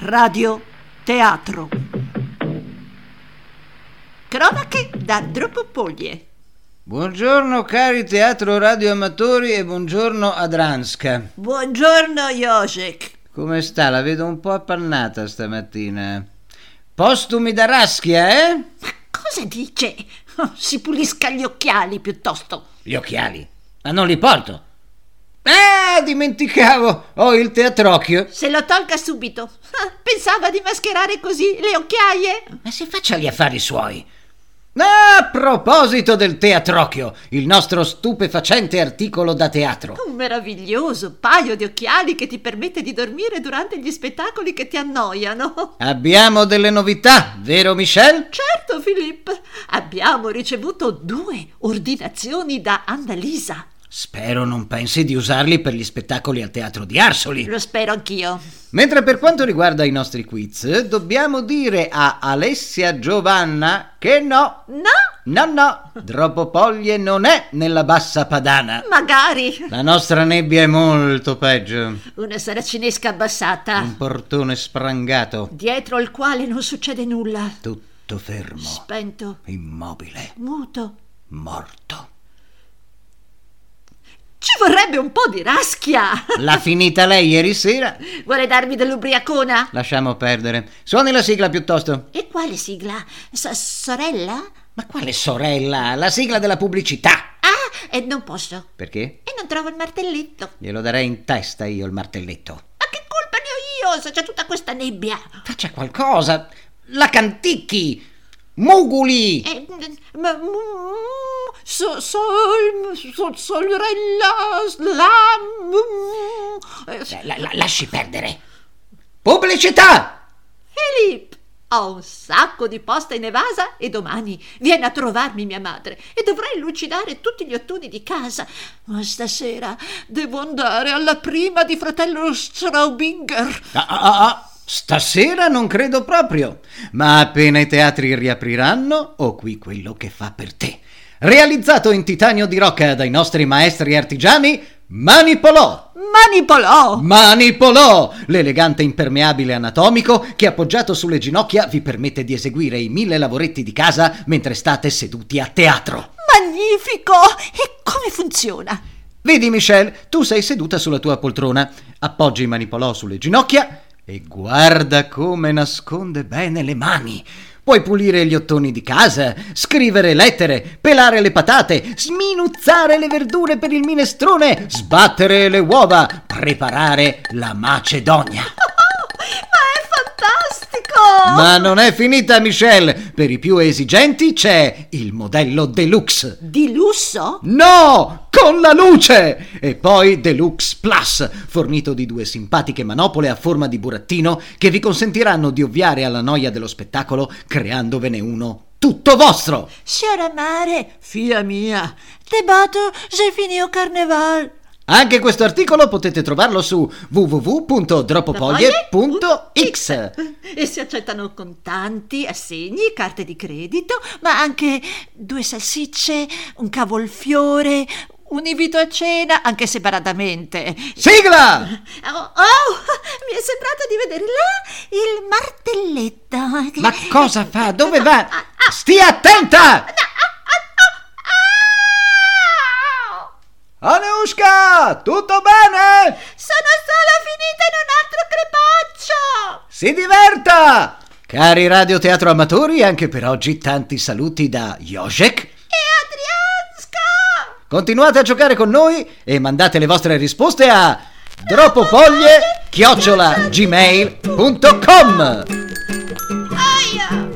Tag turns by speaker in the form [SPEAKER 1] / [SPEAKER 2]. [SPEAKER 1] Radio Teatro. Cronache da Dropopoglie.
[SPEAKER 2] Buongiorno cari teatro radioamatori e buongiorno a Dranska.
[SPEAKER 1] Buongiorno Josek.
[SPEAKER 2] Come sta? La vedo un po' appannata stamattina. Postumi da raschia, eh?
[SPEAKER 1] Ma cosa dice? Oh, Si pulisca gli occhiali piuttosto.
[SPEAKER 2] Gli occhiali. Ma non li porto. Ah, dimenticavo. Ho il teatrocchio.
[SPEAKER 1] Se lo tolga subito. Ah, Pensava di mascherare così le occhiaie.
[SPEAKER 2] Ma si faccia gli affari suoi. A proposito del teatrocchio, il nostro stupefacente articolo da teatro.
[SPEAKER 1] Un meraviglioso paio di occhiali che ti permette di dormire durante gli spettacoli che ti annoiano.
[SPEAKER 2] Abbiamo delle novità, vero Michel?
[SPEAKER 1] Certo, Filippo, abbiamo ricevuto due ordinazioni da Annalisa.
[SPEAKER 2] Spero non pensi di usarli per gli spettacoli al teatro di Arsoli.
[SPEAKER 1] Lo spero anch'io.
[SPEAKER 2] Mentre per quanto riguarda i nostri quiz, dobbiamo dire a Alessia Giovanna che no,
[SPEAKER 1] No,
[SPEAKER 2] no, no, Dropopoglie non è nella bassa padana.
[SPEAKER 1] magari.
[SPEAKER 2] La nostra nebbia è molto peggio.
[SPEAKER 1] Una saracinesca abbassata,
[SPEAKER 2] Un portone sprangato,
[SPEAKER 1] dietro al quale non succede nulla.
[SPEAKER 2] tutto fermo,
[SPEAKER 1] Spento,
[SPEAKER 2] immobile,
[SPEAKER 1] muto.
[SPEAKER 2] morto.
[SPEAKER 1] Ci vorrebbe un po' di raschia.
[SPEAKER 2] L'ha finita lei ieri sera?
[SPEAKER 1] Vuole darmi dell'ubriacona?
[SPEAKER 2] Lasciamo perdere. Suoni la sigla piuttosto.
[SPEAKER 1] E quale sigla? S- sorella?
[SPEAKER 2] Ma quale sorella? La sigla della pubblicità.
[SPEAKER 1] Ah, e non posso.
[SPEAKER 2] Perché?
[SPEAKER 1] E non trovo il martelletto.
[SPEAKER 2] Glielo darei in testa io il martelletto.
[SPEAKER 1] Ma che colpa ne ho io se c'è tutta questa nebbia?
[SPEAKER 2] Faccia qualcosa. La canticchi. Muguli.
[SPEAKER 1] Eh, ma- mm, so- sol- so- sorella, la... mm, eh,
[SPEAKER 2] La- la- lasci perdere. Pubblicità.
[SPEAKER 1] Filippo, ho un sacco di posta in evasa e domani viene a trovarmi mia madre e dovrei lucidare tutti gli ottoni di casa. Ma stasera devo andare alla prima di fratello Straubinger.
[SPEAKER 2] Ah, ah, ah. Stasera non credo proprio. Ma appena i teatri riapriranno, ho qui quello che fa per te. Realizzato in titanio di rocca dai nostri maestri artigiani, Manipolò.
[SPEAKER 1] Manipolò!
[SPEAKER 2] Manipolò! L'elegante impermeabile anatomico che appoggiato sulle ginocchia vi permette di eseguire i mille lavoretti di casa mentre state seduti a teatro.
[SPEAKER 1] Magnifico! E come funziona?
[SPEAKER 2] Vedi Michelle, tu sei seduta sulla tua poltrona, appoggi Manipolò sulle ginocchia e guarda come nasconde bene le mani. Puoi pulire gli ottoni di casa, scrivere lettere, pelare le patate, sminuzzare le verdure per il minestrone, sbattere le uova, preparare la macedonia.
[SPEAKER 1] Oh, ma è fantastico!
[SPEAKER 2] Ma non è finita, Michelle! Per i più esigenti c'è il modello deluxe.
[SPEAKER 1] Di lusso?
[SPEAKER 2] Ecco. No! Con la luce! E poi Deluxe Plus, fornito di due simpatiche manopole a forma di burattino che vi consentiranno di ovviare alla noia dello spettacolo creandovene uno tutto vostro!
[SPEAKER 1] Signora Mare, figlia mia, te bato se finio carneval.
[SPEAKER 2] Anche questo articolo potete trovarlo su www.dropopoglie.x.
[SPEAKER 1] E si accettano contanti, assegni, carte di credito, ma anche due salsicce, un cavolfiore, un invito a cena, anche separatamente.
[SPEAKER 2] Sigla!
[SPEAKER 1] Oh, oh, mi è sembrato di vedere là il martelletto.
[SPEAKER 2] Ma cosa fa? Dove va? Stia attenta! Aneushka, tutto bene?
[SPEAKER 1] Sono solo finita in un altro crepaccio!
[SPEAKER 2] Si diverta! Cari radioteatro amatori, anche per oggi tanti saluti da Josek.
[SPEAKER 1] E Adrianska!
[SPEAKER 2] Continuate a giocare con noi e mandate le vostre risposte a dropopoglie@gmail.com.
[SPEAKER 1] Aia!